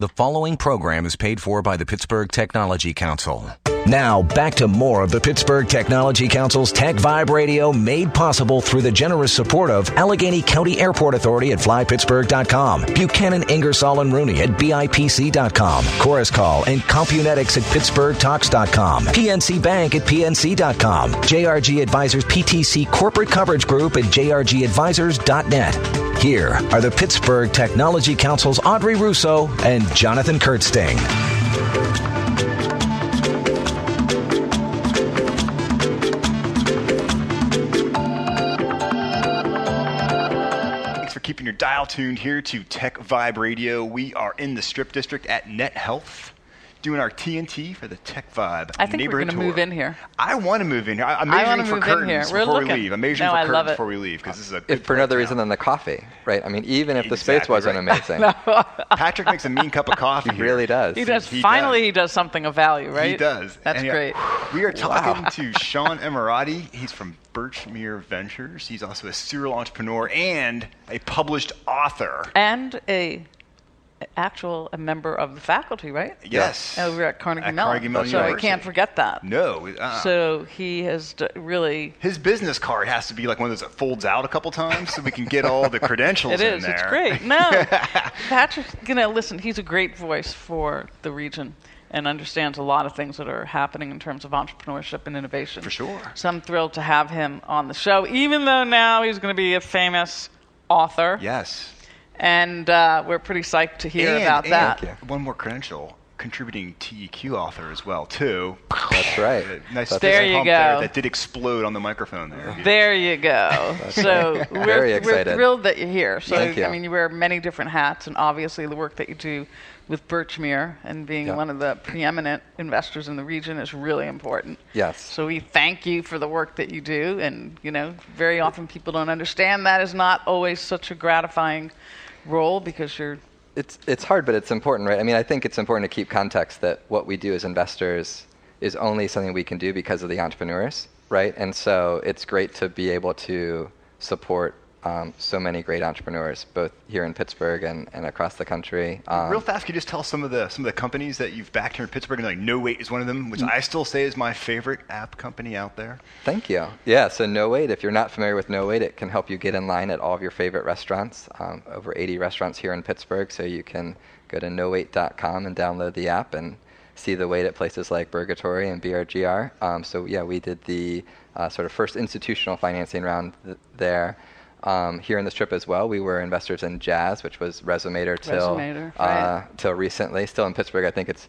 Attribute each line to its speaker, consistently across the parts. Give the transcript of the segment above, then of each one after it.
Speaker 1: The following program is paid for by the Pittsburgh Technology Council.
Speaker 2: Now, back to more of the Pittsburgh Technology Council's Tech Vibe Radio made possible through the generous support of Allegheny County Airport Authority at flypittsburgh.com, Buchanan, Ingersoll, and Rooney at BIPC.com, Chorus Call and Compunetics at PittsburghTalks.com, PNC Bank at PNC.com, JRG Advisors PTC Corporate Coverage Group at JRGAdvisors.net. Here are the Pittsburgh Technology Council's Audrey Russo and Jonathan Kurtzting.
Speaker 3: Thanks for keeping your dial tuned here to Tech Vibe Radio. We are in the Strip District at Net Health, doing our TNT for the Tech Vibe.
Speaker 4: I think we're
Speaker 3: neighborhood
Speaker 4: gonna
Speaker 3: tour.
Speaker 4: move in here.
Speaker 3: I want to move in here. I, I'm
Speaker 4: I
Speaker 3: measuring
Speaker 4: wanna
Speaker 3: for
Speaker 4: move in
Speaker 3: curtains
Speaker 4: here. We're
Speaker 3: before
Speaker 4: looking.
Speaker 3: we leave. I'm measuring
Speaker 4: No,
Speaker 3: for
Speaker 4: I
Speaker 3: curtains
Speaker 4: love it.
Speaker 3: before we leave because this is a good
Speaker 5: if for another
Speaker 3: place
Speaker 5: reason
Speaker 3: now.
Speaker 5: than the coffee, right? I mean, even if the space
Speaker 3: Exactly
Speaker 5: wasn't
Speaker 3: right.
Speaker 5: amazing,
Speaker 3: Patrick makes a mean cup of coffee.
Speaker 5: he
Speaker 3: here.
Speaker 5: really does.
Speaker 4: He does.
Speaker 3: He
Speaker 4: finally,
Speaker 3: does.
Speaker 4: he does something of value, right?
Speaker 3: He does.
Speaker 4: That's
Speaker 3: And yeah,
Speaker 4: great.
Speaker 3: We are talking to Sean Emirati. He's from Birchmere Ventures. He's also a serial entrepreneur and a published author.
Speaker 4: And a actual a member of the faculty, right?
Speaker 3: Yes.
Speaker 4: Over at Carnegie Mellon.
Speaker 3: Carnegie Mellon
Speaker 4: so I
Speaker 3: University.
Speaker 4: can't forget that.
Speaker 3: No. Uh,
Speaker 4: So he has d- really.
Speaker 3: his business card has to be like one of those that folds out a couple times so we can get all the credentials
Speaker 4: It
Speaker 3: in
Speaker 4: is.
Speaker 3: there.
Speaker 4: It's great. No, Patrick's gonna listen. He's a great voice for the region and understands a lot of things that are happening in terms of entrepreneurship and innovation.
Speaker 3: For sure.
Speaker 4: So I'm thrilled to have him on the show, even though now he's going to be a famous author.
Speaker 3: Yes.
Speaker 4: And uh, we're pretty psyched to hear
Speaker 3: and,
Speaker 4: about
Speaker 3: and
Speaker 4: that.
Speaker 3: One more credential, contributing TEQ author as well too.
Speaker 5: That's right.
Speaker 3: Nice
Speaker 5: That's
Speaker 4: There
Speaker 3: big
Speaker 4: you
Speaker 3: hump there
Speaker 4: go.
Speaker 3: that did explode on the microphone there.
Speaker 4: There you go. so we're,
Speaker 5: Very
Speaker 4: we're
Speaker 5: excited.
Speaker 4: thrilled that you're here. So
Speaker 5: Thank you.
Speaker 4: I mean, you wear many different hats, and obviously the work that you do with Birchmere and being
Speaker 5: Yeah.
Speaker 4: one of the preeminent investors in the region is really important.
Speaker 5: Yes.
Speaker 4: So we thank you for the work that you do, and you know, very often people don't understand that is not always such a gratifying role because you're
Speaker 5: it's it's hard, but it's important, right? I mean, I think it's important to keep context that what we do as investors is only something we can do because of the entrepreneurs, right? And so it's great to be able to support um, so many great entrepreneurs, both here in Pittsburgh and, and across the country. Um,
Speaker 3: Real fast, can you just tell us some of the some of the companies that you've backed here in Pittsburgh? And like, No Wait is one of them,
Speaker 4: Mm.
Speaker 3: which I still say is my favorite app company out there.
Speaker 5: Thank you. Yeah, so No Wait, if you're not familiar with No Wait, it can help you get in line at all of your favorite restaurants, um, over 80 restaurants here in Pittsburgh. So you can go to nowait.com and download the app and see the wait at places like Burgatory and BRGR. Um, so, yeah, we did the uh, sort of first institutional financing round th- there. Um, here in the strip as well, we were investors in Jazz, which was Resumator till
Speaker 4: Resumator,
Speaker 5: uh,
Speaker 4: right.
Speaker 5: till recently. Still in Pittsburgh, I think it's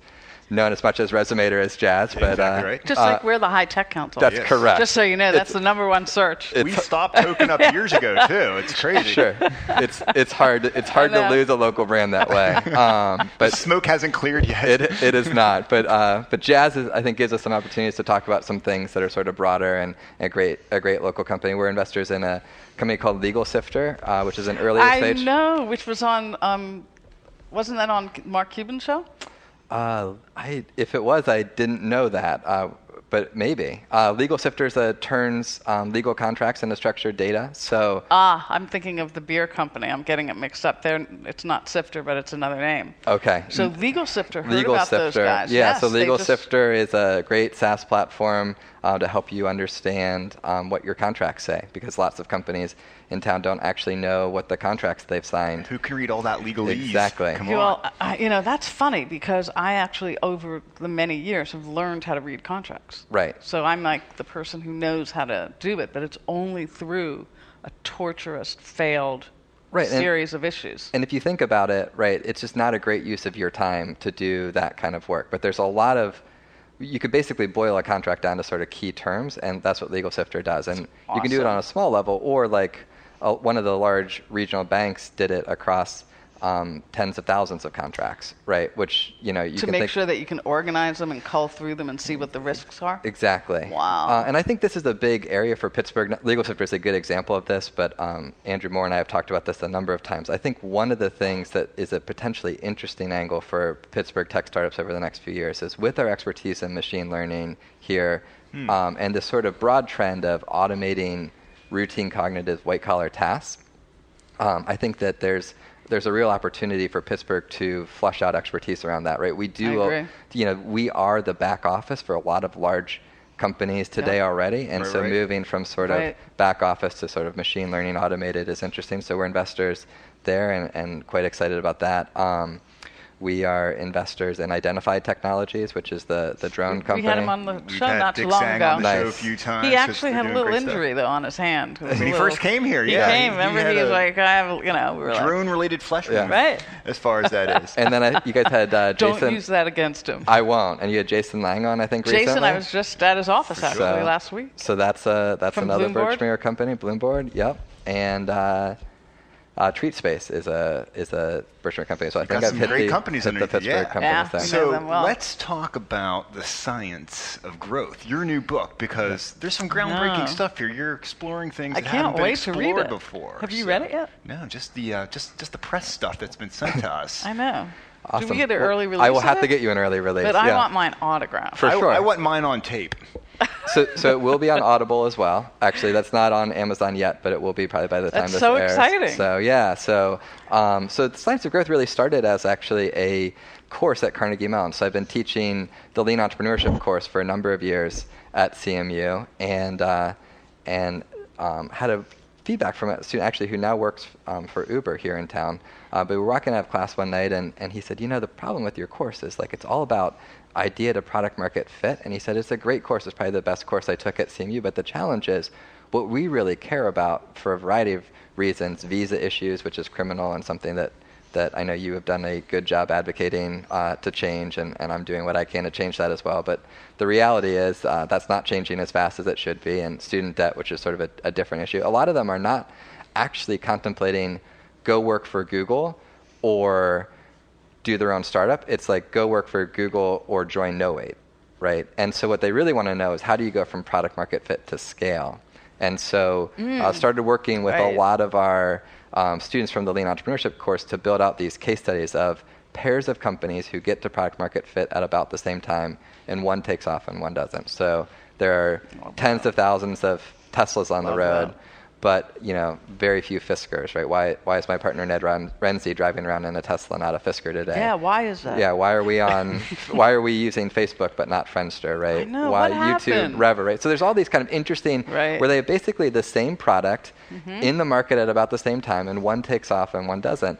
Speaker 5: known as much as Resumator as Jazz, but
Speaker 3: exactly
Speaker 5: uh,
Speaker 3: right.
Speaker 4: just like we're the high tech council.
Speaker 5: that's
Speaker 3: Yes.
Speaker 5: correct.
Speaker 4: Just so you know, that's
Speaker 5: It's-
Speaker 4: the number one search.
Speaker 3: we stopped token up years ago too. It's crazy.
Speaker 5: sure. It's it's hard it's hard
Speaker 4: know.
Speaker 5: to lose a local brand that way. Um,
Speaker 3: The
Speaker 5: but
Speaker 3: smoke hasn't cleared yet.
Speaker 5: it it is not. But uh, but jazz is, I think gives us some opportunities to talk about some things that are sort of broader and a great a great local company. We're investors in a company called Legal Sifter, uh, which is an earlier
Speaker 4: I
Speaker 5: stage.
Speaker 4: know, which was on, um, wasn't that on Mark Cuban's show?
Speaker 5: Uh, I, if it was, I didn't know that, uh, but maybe. Uh, legal Sifters uh, turns um, legal contracts into structured data. So
Speaker 4: Ah, I'm thinking of the beer company. I'm getting it mixed up. There, it's not Sifter, but it's another name.
Speaker 5: okay. Mm.
Speaker 4: So Legal Sifter. Heard
Speaker 5: Oh. Legal
Speaker 4: about
Speaker 5: Sifter.
Speaker 4: those guys.
Speaker 5: Yeah,
Speaker 4: Yes,
Speaker 5: so
Speaker 4: they
Speaker 5: Legal
Speaker 4: just-
Speaker 5: Sifter is a great SaaS platform uh, to help you understand um, what your contracts say because lots of companies in town don't actually know what the contracts they've signed.
Speaker 3: Who can read all that legalese?
Speaker 5: Exactly.
Speaker 3: Come on.
Speaker 4: Well, I, you know that's funny because I actually over the many years have learned how to read contracts.
Speaker 5: Right.
Speaker 4: So I'm like the person who knows how to do it, but it's only through a torturous, failed
Speaker 5: Right, and-
Speaker 4: series of issues.
Speaker 5: And if you think about it, right, it's just not a great use of your time to do that kind of work. But there's a lot of you could basically boil a contract down to sort of key terms, and that's what Legal Sifter does. And you can do it
Speaker 4: awesome.
Speaker 5: on a small level, or like uh, one of the large regional banks did it across um, tens of thousands of contracts, right? Which you know you
Speaker 4: to
Speaker 5: can
Speaker 4: make
Speaker 5: think,
Speaker 4: sure that you can organize them and cull through them and see what the risks are.
Speaker 5: Exactly.
Speaker 4: Wow.
Speaker 5: Uh, and I think this is a big area for Pittsburgh. Legal sector is a good example of this, but um, Andrew Moore and I have talked about this a number of times. I think one of the things that is a potentially interesting angle for Pittsburgh tech startups over the next few years is with our expertise in machine learning here
Speaker 4: Hmm.
Speaker 5: um, and this sort of broad trend of automating routine cognitive white collar tasks. Um, I think that there's there's a real opportunity for Pittsburgh to flush out expertise around that, right? We do,
Speaker 4: I agree.
Speaker 5: you know, we are the back office for a lot of large companies today
Speaker 4: Yeah.
Speaker 5: already, and
Speaker 3: Right,
Speaker 5: so
Speaker 3: right.
Speaker 5: moving from sort
Speaker 4: Right.
Speaker 5: of back office to sort of machine learning automated is interesting. So we're investors there and, and quite excited about that. Um, we are investors in Identified Technologies, which is the, the drone company.
Speaker 4: We had him on the
Speaker 3: We've
Speaker 4: show
Speaker 3: had
Speaker 4: not
Speaker 3: Dick
Speaker 4: too long
Speaker 3: Sang
Speaker 4: ago.
Speaker 3: on the show a
Speaker 5: Nice.
Speaker 3: few times.
Speaker 4: He
Speaker 3: 'cause
Speaker 4: actually
Speaker 3: we're
Speaker 4: had a
Speaker 3: doing
Speaker 4: little
Speaker 3: great stuff.
Speaker 4: injury though on his hand. It was
Speaker 3: When
Speaker 4: a
Speaker 3: he first
Speaker 4: little-
Speaker 3: came here,
Speaker 4: He
Speaker 3: yeah, he-
Speaker 4: came.
Speaker 3: he
Speaker 4: remember,
Speaker 3: had
Speaker 4: he, was
Speaker 3: a
Speaker 4: like, I have, you know, we were like,
Speaker 3: Drone-related flesh
Speaker 5: Yeah.
Speaker 3: wound,
Speaker 4: right?
Speaker 3: as far as that is.
Speaker 5: And then I, you guys had uh,
Speaker 4: Don't
Speaker 5: Jason.
Speaker 4: use that against him.
Speaker 5: I won't. And you had Jason Lang on, I think,
Speaker 4: Jason,
Speaker 5: recently.
Speaker 4: I was just at his office actually
Speaker 5: So-
Speaker 4: last week.
Speaker 5: So that's uh, that's
Speaker 4: From
Speaker 5: another
Speaker 4: Bloomberg?
Speaker 5: Birchmere company, Bloomboard. Yep. And uh, uh, Treat Space is a is a Birchmere company. So I think
Speaker 3: got
Speaker 5: I've
Speaker 3: some
Speaker 5: hit
Speaker 3: great
Speaker 5: the,
Speaker 3: companies
Speaker 5: hit the
Speaker 3: underneath it,
Speaker 5: Pittsburgh
Speaker 3: yeah.
Speaker 5: company
Speaker 4: Yeah.
Speaker 5: thing.
Speaker 4: I
Speaker 3: So
Speaker 4: know them well.
Speaker 3: let's talk about the science of growth. Your new book, because there's some groundbreaking
Speaker 4: No.
Speaker 3: stuff here. You're exploring things
Speaker 4: I
Speaker 3: that haven't
Speaker 4: can't
Speaker 3: been
Speaker 4: wait to read
Speaker 3: explored
Speaker 4: it.
Speaker 3: before.
Speaker 4: Have you read it yet?
Speaker 3: No, just the uh, just just the press stuff that's been sent to us.
Speaker 4: I know.
Speaker 5: Awesome.
Speaker 4: Do we get an
Speaker 5: Well,
Speaker 4: early release?
Speaker 5: I will
Speaker 4: of
Speaker 5: have
Speaker 4: it?
Speaker 5: to get you an early release.
Speaker 4: But
Speaker 5: yeah.
Speaker 4: I want mine autographed.
Speaker 5: For
Speaker 3: I,
Speaker 5: sure.
Speaker 3: I want mine on tape.
Speaker 5: so, so it will be on Audible as well. Actually, that's not on Amazon yet, but it will be probably by the time
Speaker 4: That's
Speaker 5: this
Speaker 4: so
Speaker 5: airs.
Speaker 4: exciting.
Speaker 5: So yeah, so um, so the science of growth really started as actually a course at Carnegie Mellon. So I've been teaching the Lean Entrepreneurship course for a number of years at CMU, and uh, and um, had a feedback from a student actually who now works um, for Uber here in town. Uh, but we were walking out of class one night, and, and he said, you know, the problem with your course is like it's all about idea to product market fit. And he said, it's a great course. It's probably the best course I took at CMU. But the challenge is what we really care about for a variety of reasons, visa issues, which is criminal and something that that I know you have done a good job advocating uh, to change, and, and I'm doing what I can to change that as well. But the reality is uh, that's not changing as fast as it should be, and student debt, which is sort of a, a different issue. A lot of them are not actually contemplating go work for Google or do their own startup. It's like go work for Google or join No8, right? And so what they really want to know is how do you go from product market fit to scale? And so I started working with
Speaker 4: Right.
Speaker 5: a lot of our um, students from the Lean Entrepreneurship course to build out these case studies of pairs of companies who get to product market fit at about the same time, and one takes off and one doesn't. So there are tens of thousands of Teslas on the road but you know, very few Fiskers, right? Why, why is my partner Ned Ren- Renzi driving around in a Tesla, not a Fisker today?
Speaker 4: Yeah, why is that?
Speaker 5: Yeah, why are we on? why are we using Facebook but not Friendster, right?
Speaker 4: know,
Speaker 5: why
Speaker 4: what
Speaker 5: YouTube,
Speaker 4: happened?
Speaker 5: Rever, right? So there's all these kind of interesting
Speaker 4: Right. Mm-hmm.
Speaker 5: where they have basically the same product in the market at about the same time, and one takes off and one doesn't.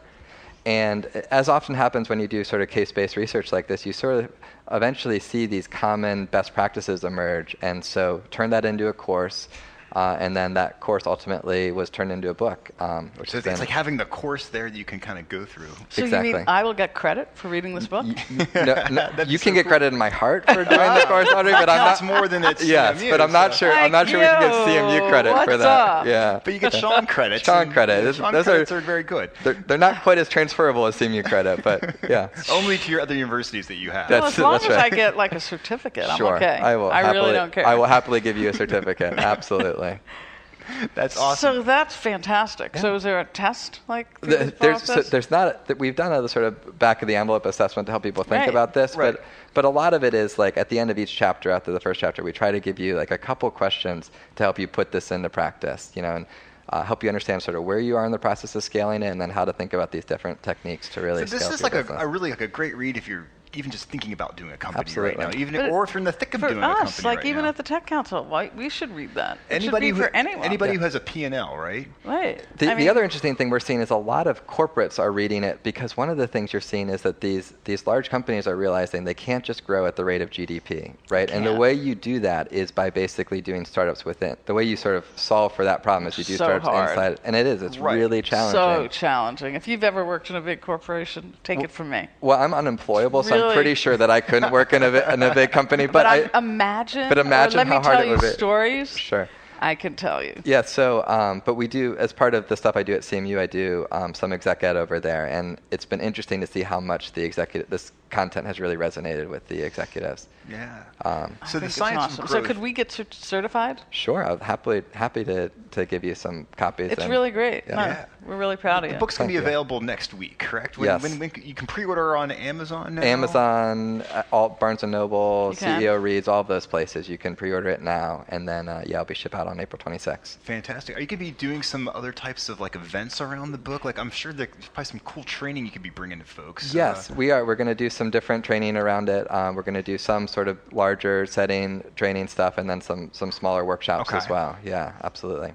Speaker 5: And as often happens when you do sort of case-based research like this, you sort of eventually see these common best practices emerge, and so turn that into a course. Uh, and then that course ultimately was turned into a book, um, which
Speaker 3: So it's,
Speaker 5: has
Speaker 3: it's
Speaker 5: been-
Speaker 3: like having the course there that you can kind of go through.
Speaker 4: So you
Speaker 5: Exactly.
Speaker 4: mean I will get credit for reading this book?
Speaker 5: no, no, you can get credit in my heart for doing the course, Audrey, but I'm not
Speaker 3: That's Ah. more than it's.
Speaker 5: Yes,
Speaker 3: CMU,
Speaker 5: but I'm not
Speaker 3: so-
Speaker 5: sure. I'm
Speaker 4: Like,
Speaker 5: not sure we can get
Speaker 4: yo,
Speaker 5: CMU credit for
Speaker 4: what's
Speaker 5: that.
Speaker 4: up?
Speaker 5: Yeah,
Speaker 3: But you get Sean credit.
Speaker 5: Sean credit. This-
Speaker 3: Sean
Speaker 5: those
Speaker 3: credits
Speaker 5: are-
Speaker 3: are, very good.
Speaker 5: they're, they're not quite as transferable as CMU credit, but yeah.
Speaker 3: Only to your other universities that you have.
Speaker 4: well, as
Speaker 5: That's-
Speaker 4: long
Speaker 5: that's
Speaker 4: as
Speaker 5: right.
Speaker 4: I get like a certificate, I'm
Speaker 5: sure,
Speaker 4: okay.
Speaker 5: I will. happily,
Speaker 4: really don't care.
Speaker 5: I will happily give you a certificate. Absolutely.
Speaker 3: That's awesome.
Speaker 4: So that's fantastic. So is there a test like through
Speaker 5: Th-
Speaker 4: the
Speaker 5: there's so
Speaker 4: process?
Speaker 5: there's not that we've done a sort of back of the envelope assessment to help people think
Speaker 4: Right.
Speaker 5: about this,
Speaker 3: Right.
Speaker 5: but but a lot of it is like at the end of each chapter, after the first chapter, we try to give you like a couple questions to help you put this into practice, you know, and uh, help you understand sort of where you are in the process of scaling it, and then how to think about these different techniques to really.
Speaker 3: So this
Speaker 5: scale
Speaker 3: is
Speaker 5: your
Speaker 3: like a,
Speaker 5: business.
Speaker 3: a really like a great read if you're even just thinking about doing a company right
Speaker 5: Absolutely.
Speaker 3: now, even
Speaker 4: But
Speaker 3: if,
Speaker 4: it-
Speaker 3: or if you're in the thick of
Speaker 4: for
Speaker 3: doing a
Speaker 4: us,
Speaker 3: company
Speaker 4: like
Speaker 3: right
Speaker 4: even
Speaker 3: now.
Speaker 4: at the tech council, like, we should read that. It should
Speaker 3: anybody
Speaker 4: be
Speaker 3: who,
Speaker 4: for anyone.
Speaker 3: anybody who has a P&L, right?
Speaker 4: right?
Speaker 5: The,
Speaker 4: I mean,
Speaker 5: the other interesting thing we're seeing is a lot of corporates are reading it because one of the things you're seeing is that these these large companies are realizing they can't just grow at the rate of GDP, right? And the
Speaker 4: can't.
Speaker 5: way you do that is by basically doing startups within. The way you sort of solve for that problem is you do
Speaker 4: So
Speaker 5: startups
Speaker 4: hard.
Speaker 5: inside, and it is it's
Speaker 3: Right.
Speaker 5: really
Speaker 4: so
Speaker 5: challenging.
Speaker 4: challenging. If you've ever worked in a big corporation, take it from me.
Speaker 5: well, I'm unemployable, so I'm
Speaker 4: Really?
Speaker 5: pretty sure that I couldn't work in a bi- in a big company, but,
Speaker 4: But, I,
Speaker 5: I.
Speaker 4: imagine.
Speaker 5: but
Speaker 4: or
Speaker 5: imagine
Speaker 4: let
Speaker 5: how
Speaker 4: me
Speaker 5: hard
Speaker 4: tell
Speaker 5: it
Speaker 4: you
Speaker 5: would be.
Speaker 4: stories.
Speaker 5: Sure.
Speaker 4: I can tell you.
Speaker 5: Yeah, so, um, but we do, as part of the stuff I do at CMU, I do um, some exec ed over there, and it's been interesting to see how much the executive, this content has really resonated with the executives.
Speaker 3: Yeah.
Speaker 5: Um,
Speaker 4: I
Speaker 3: so
Speaker 4: think
Speaker 3: the
Speaker 4: it's
Speaker 3: science of
Speaker 4: awesome.
Speaker 3: growth.
Speaker 4: So could we get cer- certified?
Speaker 5: sure, I'll happily happy to, to give you some copies.
Speaker 4: It's
Speaker 5: and-
Speaker 4: really great.
Speaker 5: Yeah.
Speaker 4: No,
Speaker 3: Yeah.
Speaker 4: We're really proud of
Speaker 3: The
Speaker 4: you.
Speaker 3: book's going to be
Speaker 5: Thank you.
Speaker 3: available next week, correct? When,
Speaker 5: Yes.
Speaker 3: When, when you can pre-order on Amazon. Now?
Speaker 5: Amazon, uh, all Barnes and Noble,
Speaker 4: You can.
Speaker 5: CEO Reads, all of those places. You can pre-order it now, and then uh, yeah, it'll be shipped out on April 26th.
Speaker 3: Fantastic. Are you going to be doing some other types of like events around the book? Like I'm sure there's probably some cool training you could be bringing to folks.
Speaker 5: Yes,
Speaker 3: Uh,
Speaker 5: we are. We're going to do some different training around it. Um, we're going to do some sort of larger setting training stuff, and then some some smaller workshops
Speaker 3: Okay.
Speaker 5: as well. Yeah, absolutely.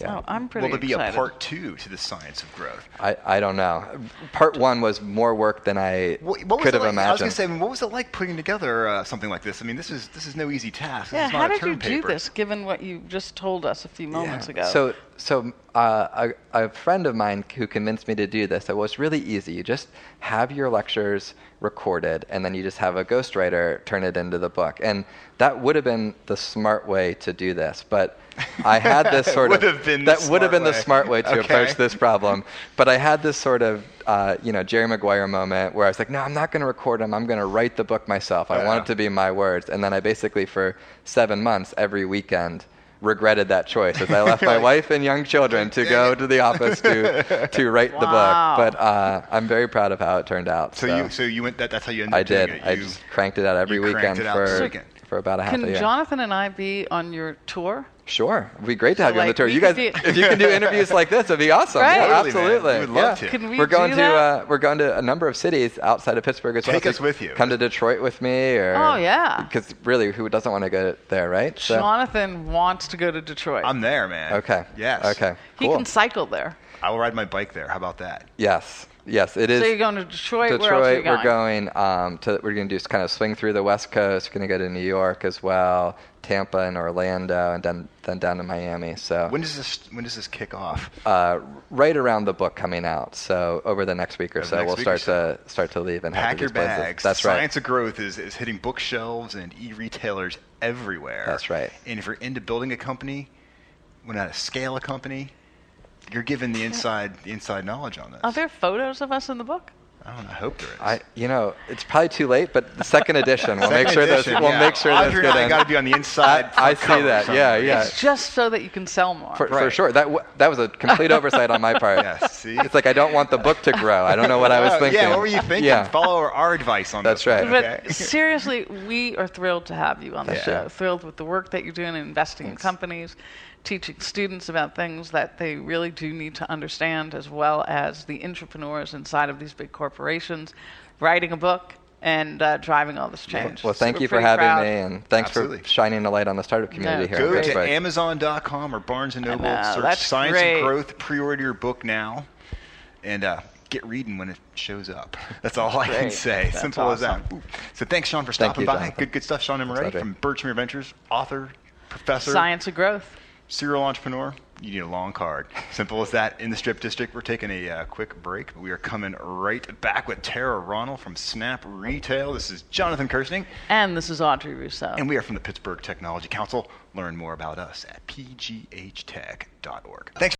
Speaker 5: Yeah.
Speaker 4: Oh, I'm pretty
Speaker 3: will there be a
Speaker 4: excited.
Speaker 3: part two to the science of growth?
Speaker 5: I, I don't know. Part one was more work than I
Speaker 3: What, what was
Speaker 5: could
Speaker 3: it
Speaker 5: have
Speaker 3: like? I was
Speaker 5: imagined.
Speaker 3: going to say, I mean, what was it like putting together uh, something like this? I mean, this is this is no easy task. This
Speaker 4: Yeah,
Speaker 3: is not
Speaker 4: how
Speaker 3: a
Speaker 4: did
Speaker 3: term
Speaker 4: you do
Speaker 3: paper.
Speaker 4: this given what you just told us a few moments ago?
Speaker 5: So, so uh, a, a friend of mine who convinced me to do this said, well, it's really easy. You just have your lectures recorded, and then you just have a ghostwriter turn it into the book. And that would have been the smart way to do this, but I had this sort
Speaker 3: Would
Speaker 5: of
Speaker 3: have been the
Speaker 5: that would
Speaker 3: smart
Speaker 5: have been the
Speaker 3: way.
Speaker 5: smart way to
Speaker 3: Okay.
Speaker 5: approach this problem. But I had this sort of uh, you know Jerry Maguire moment where I was like, no, I'm not going to record them. I'm going to write the book myself. I want it to be my words. And then I basically for seven months every weekend regretted that choice as I left my wife and young children to go to the office to to write
Speaker 4: Wow.
Speaker 5: the book. But uh, I'm very proud of how it turned out.
Speaker 3: So,
Speaker 5: So,
Speaker 3: you so you went that that's how you ended
Speaker 5: I
Speaker 3: up doing
Speaker 5: did.
Speaker 3: it.
Speaker 5: I
Speaker 3: You-
Speaker 5: just cranked it out every
Speaker 3: you cranked
Speaker 5: weekend
Speaker 3: it out
Speaker 5: for
Speaker 3: this weekend.
Speaker 5: for about a half
Speaker 4: Can
Speaker 5: a year.
Speaker 4: Jonathan and I be on your tour?
Speaker 5: Sure, it'd be great to have you on the
Speaker 4: like,
Speaker 5: tour.
Speaker 4: we
Speaker 5: You guys,
Speaker 4: could do-
Speaker 5: if you can do interviews like this, it'd be awesome.
Speaker 4: Right.
Speaker 5: Yeah,
Speaker 3: Totally, man.
Speaker 5: absolutely.
Speaker 3: We would love
Speaker 5: Yeah.
Speaker 3: to.
Speaker 4: Can we
Speaker 5: are going
Speaker 4: do
Speaker 5: to
Speaker 4: that?
Speaker 5: uh, we're going to a number of cities outside of Pittsburgh as well.
Speaker 3: Take
Speaker 5: So
Speaker 3: us with you.
Speaker 5: Come to Detroit with me, or
Speaker 4: Oh, yeah.
Speaker 5: because really, who doesn't want to go there, right? So-
Speaker 4: Jonathan wants to go to Detroit.
Speaker 3: I'm there, man.
Speaker 5: okay.
Speaker 3: Yes.
Speaker 5: Okay.
Speaker 4: he
Speaker 5: cool.
Speaker 4: can cycle there.
Speaker 3: I will ride my bike there. How about that?
Speaker 5: yes. Yes. It is.
Speaker 4: So you're going to Detroit?
Speaker 5: Detroit.
Speaker 4: where else are you going?
Speaker 5: We're going. Um, to, we're going to just kind of swing through the West Coast. We're going to go to New York as well, Tampa and Orlando, and then then down to Miami. So
Speaker 3: When does this when does this kick off?
Speaker 5: uh, right around the book coming out. So over the next week or
Speaker 3: Over
Speaker 5: so,
Speaker 3: next
Speaker 5: we'll
Speaker 3: week or
Speaker 5: start to start to leave and head
Speaker 3: Pack
Speaker 5: to
Speaker 3: your
Speaker 5: these places.
Speaker 3: bags.
Speaker 5: That's right.
Speaker 3: Science of growth is, is hitting bookshelves and e-retailers everywhere.
Speaker 5: That's right.
Speaker 3: And if you're into building a company, when how to scale a company, you're given the inside the inside knowledge on this.
Speaker 4: Are there photos of us in the book?
Speaker 3: I don't know. I hope there is.
Speaker 5: I, you know, it's probably too late, but the second edition, we'll make
Speaker 3: Second
Speaker 5: sure those,
Speaker 3: edition,
Speaker 5: we'll
Speaker 3: yeah.
Speaker 5: make sure those
Speaker 3: Audrey
Speaker 5: get
Speaker 3: and I
Speaker 5: in.
Speaker 3: gotta be on the inside
Speaker 5: I, I
Speaker 3: front
Speaker 5: see
Speaker 3: cover
Speaker 5: that. Yeah,
Speaker 3: somewhere.
Speaker 5: yeah.
Speaker 4: It's just so that you can sell more.
Speaker 5: Uh, For, for
Speaker 3: Right.
Speaker 5: sure. That w- that was a complete oversight on my part.
Speaker 3: Yes, see?
Speaker 5: It's like I don't want the book to grow. I don't know what I was
Speaker 3: Oh,
Speaker 5: thinking.
Speaker 3: Yeah, what were you thinking?
Speaker 5: Yeah.
Speaker 3: Follow our, our advice on
Speaker 5: That's
Speaker 3: this one,
Speaker 5: right.
Speaker 4: but
Speaker 3: okay?
Speaker 4: seriously, we are thrilled to have you on the
Speaker 5: Yeah.
Speaker 4: show. Thrilled with the work that you're doing, investing
Speaker 5: Thanks.
Speaker 4: in companies, teaching students about things that they really do need to understand, as well as the entrepreneurs inside of these big corporations, writing a book and uh, driving all this change.
Speaker 5: Well, thank
Speaker 4: We're
Speaker 5: you for
Speaker 4: pretty
Speaker 5: having
Speaker 4: proud.
Speaker 5: me, and thanks
Speaker 3: Absolutely.
Speaker 5: for shining a light on the startup community
Speaker 4: Yeah.
Speaker 5: here. in
Speaker 3: Go to
Speaker 5: Pittsburgh.
Speaker 3: Amazon.com or Barnes and Noble.
Speaker 4: know,
Speaker 3: search
Speaker 4: that's
Speaker 3: Science
Speaker 4: great.
Speaker 3: and Growth. Pre-order your book now, and uh, get reading when it shows up. That's all I can
Speaker 4: Great.
Speaker 3: say.
Speaker 4: That's
Speaker 3: Simple as that. Ooh. So thanks, Sean, for
Speaker 5: Thank
Speaker 3: stopping
Speaker 5: you,
Speaker 3: by.
Speaker 5: Jonathan.
Speaker 3: Good, good stuff, Sean Emeretti
Speaker 5: Audrey.
Speaker 3: from Birchmere Ventures, author, professor,
Speaker 4: Science of growth.
Speaker 3: serial entrepreneur. You need a long card. Simple as that. In the Strip District, we're taking a uh, quick break. but We are coming right back with Tara Ronald from Snap Retail. This is Jonathan Kirsting.
Speaker 4: And this is Audrey Rousseau.
Speaker 3: And we are from the Pittsburgh Technology Council. Learn more about us at pghtech.org. Thanks.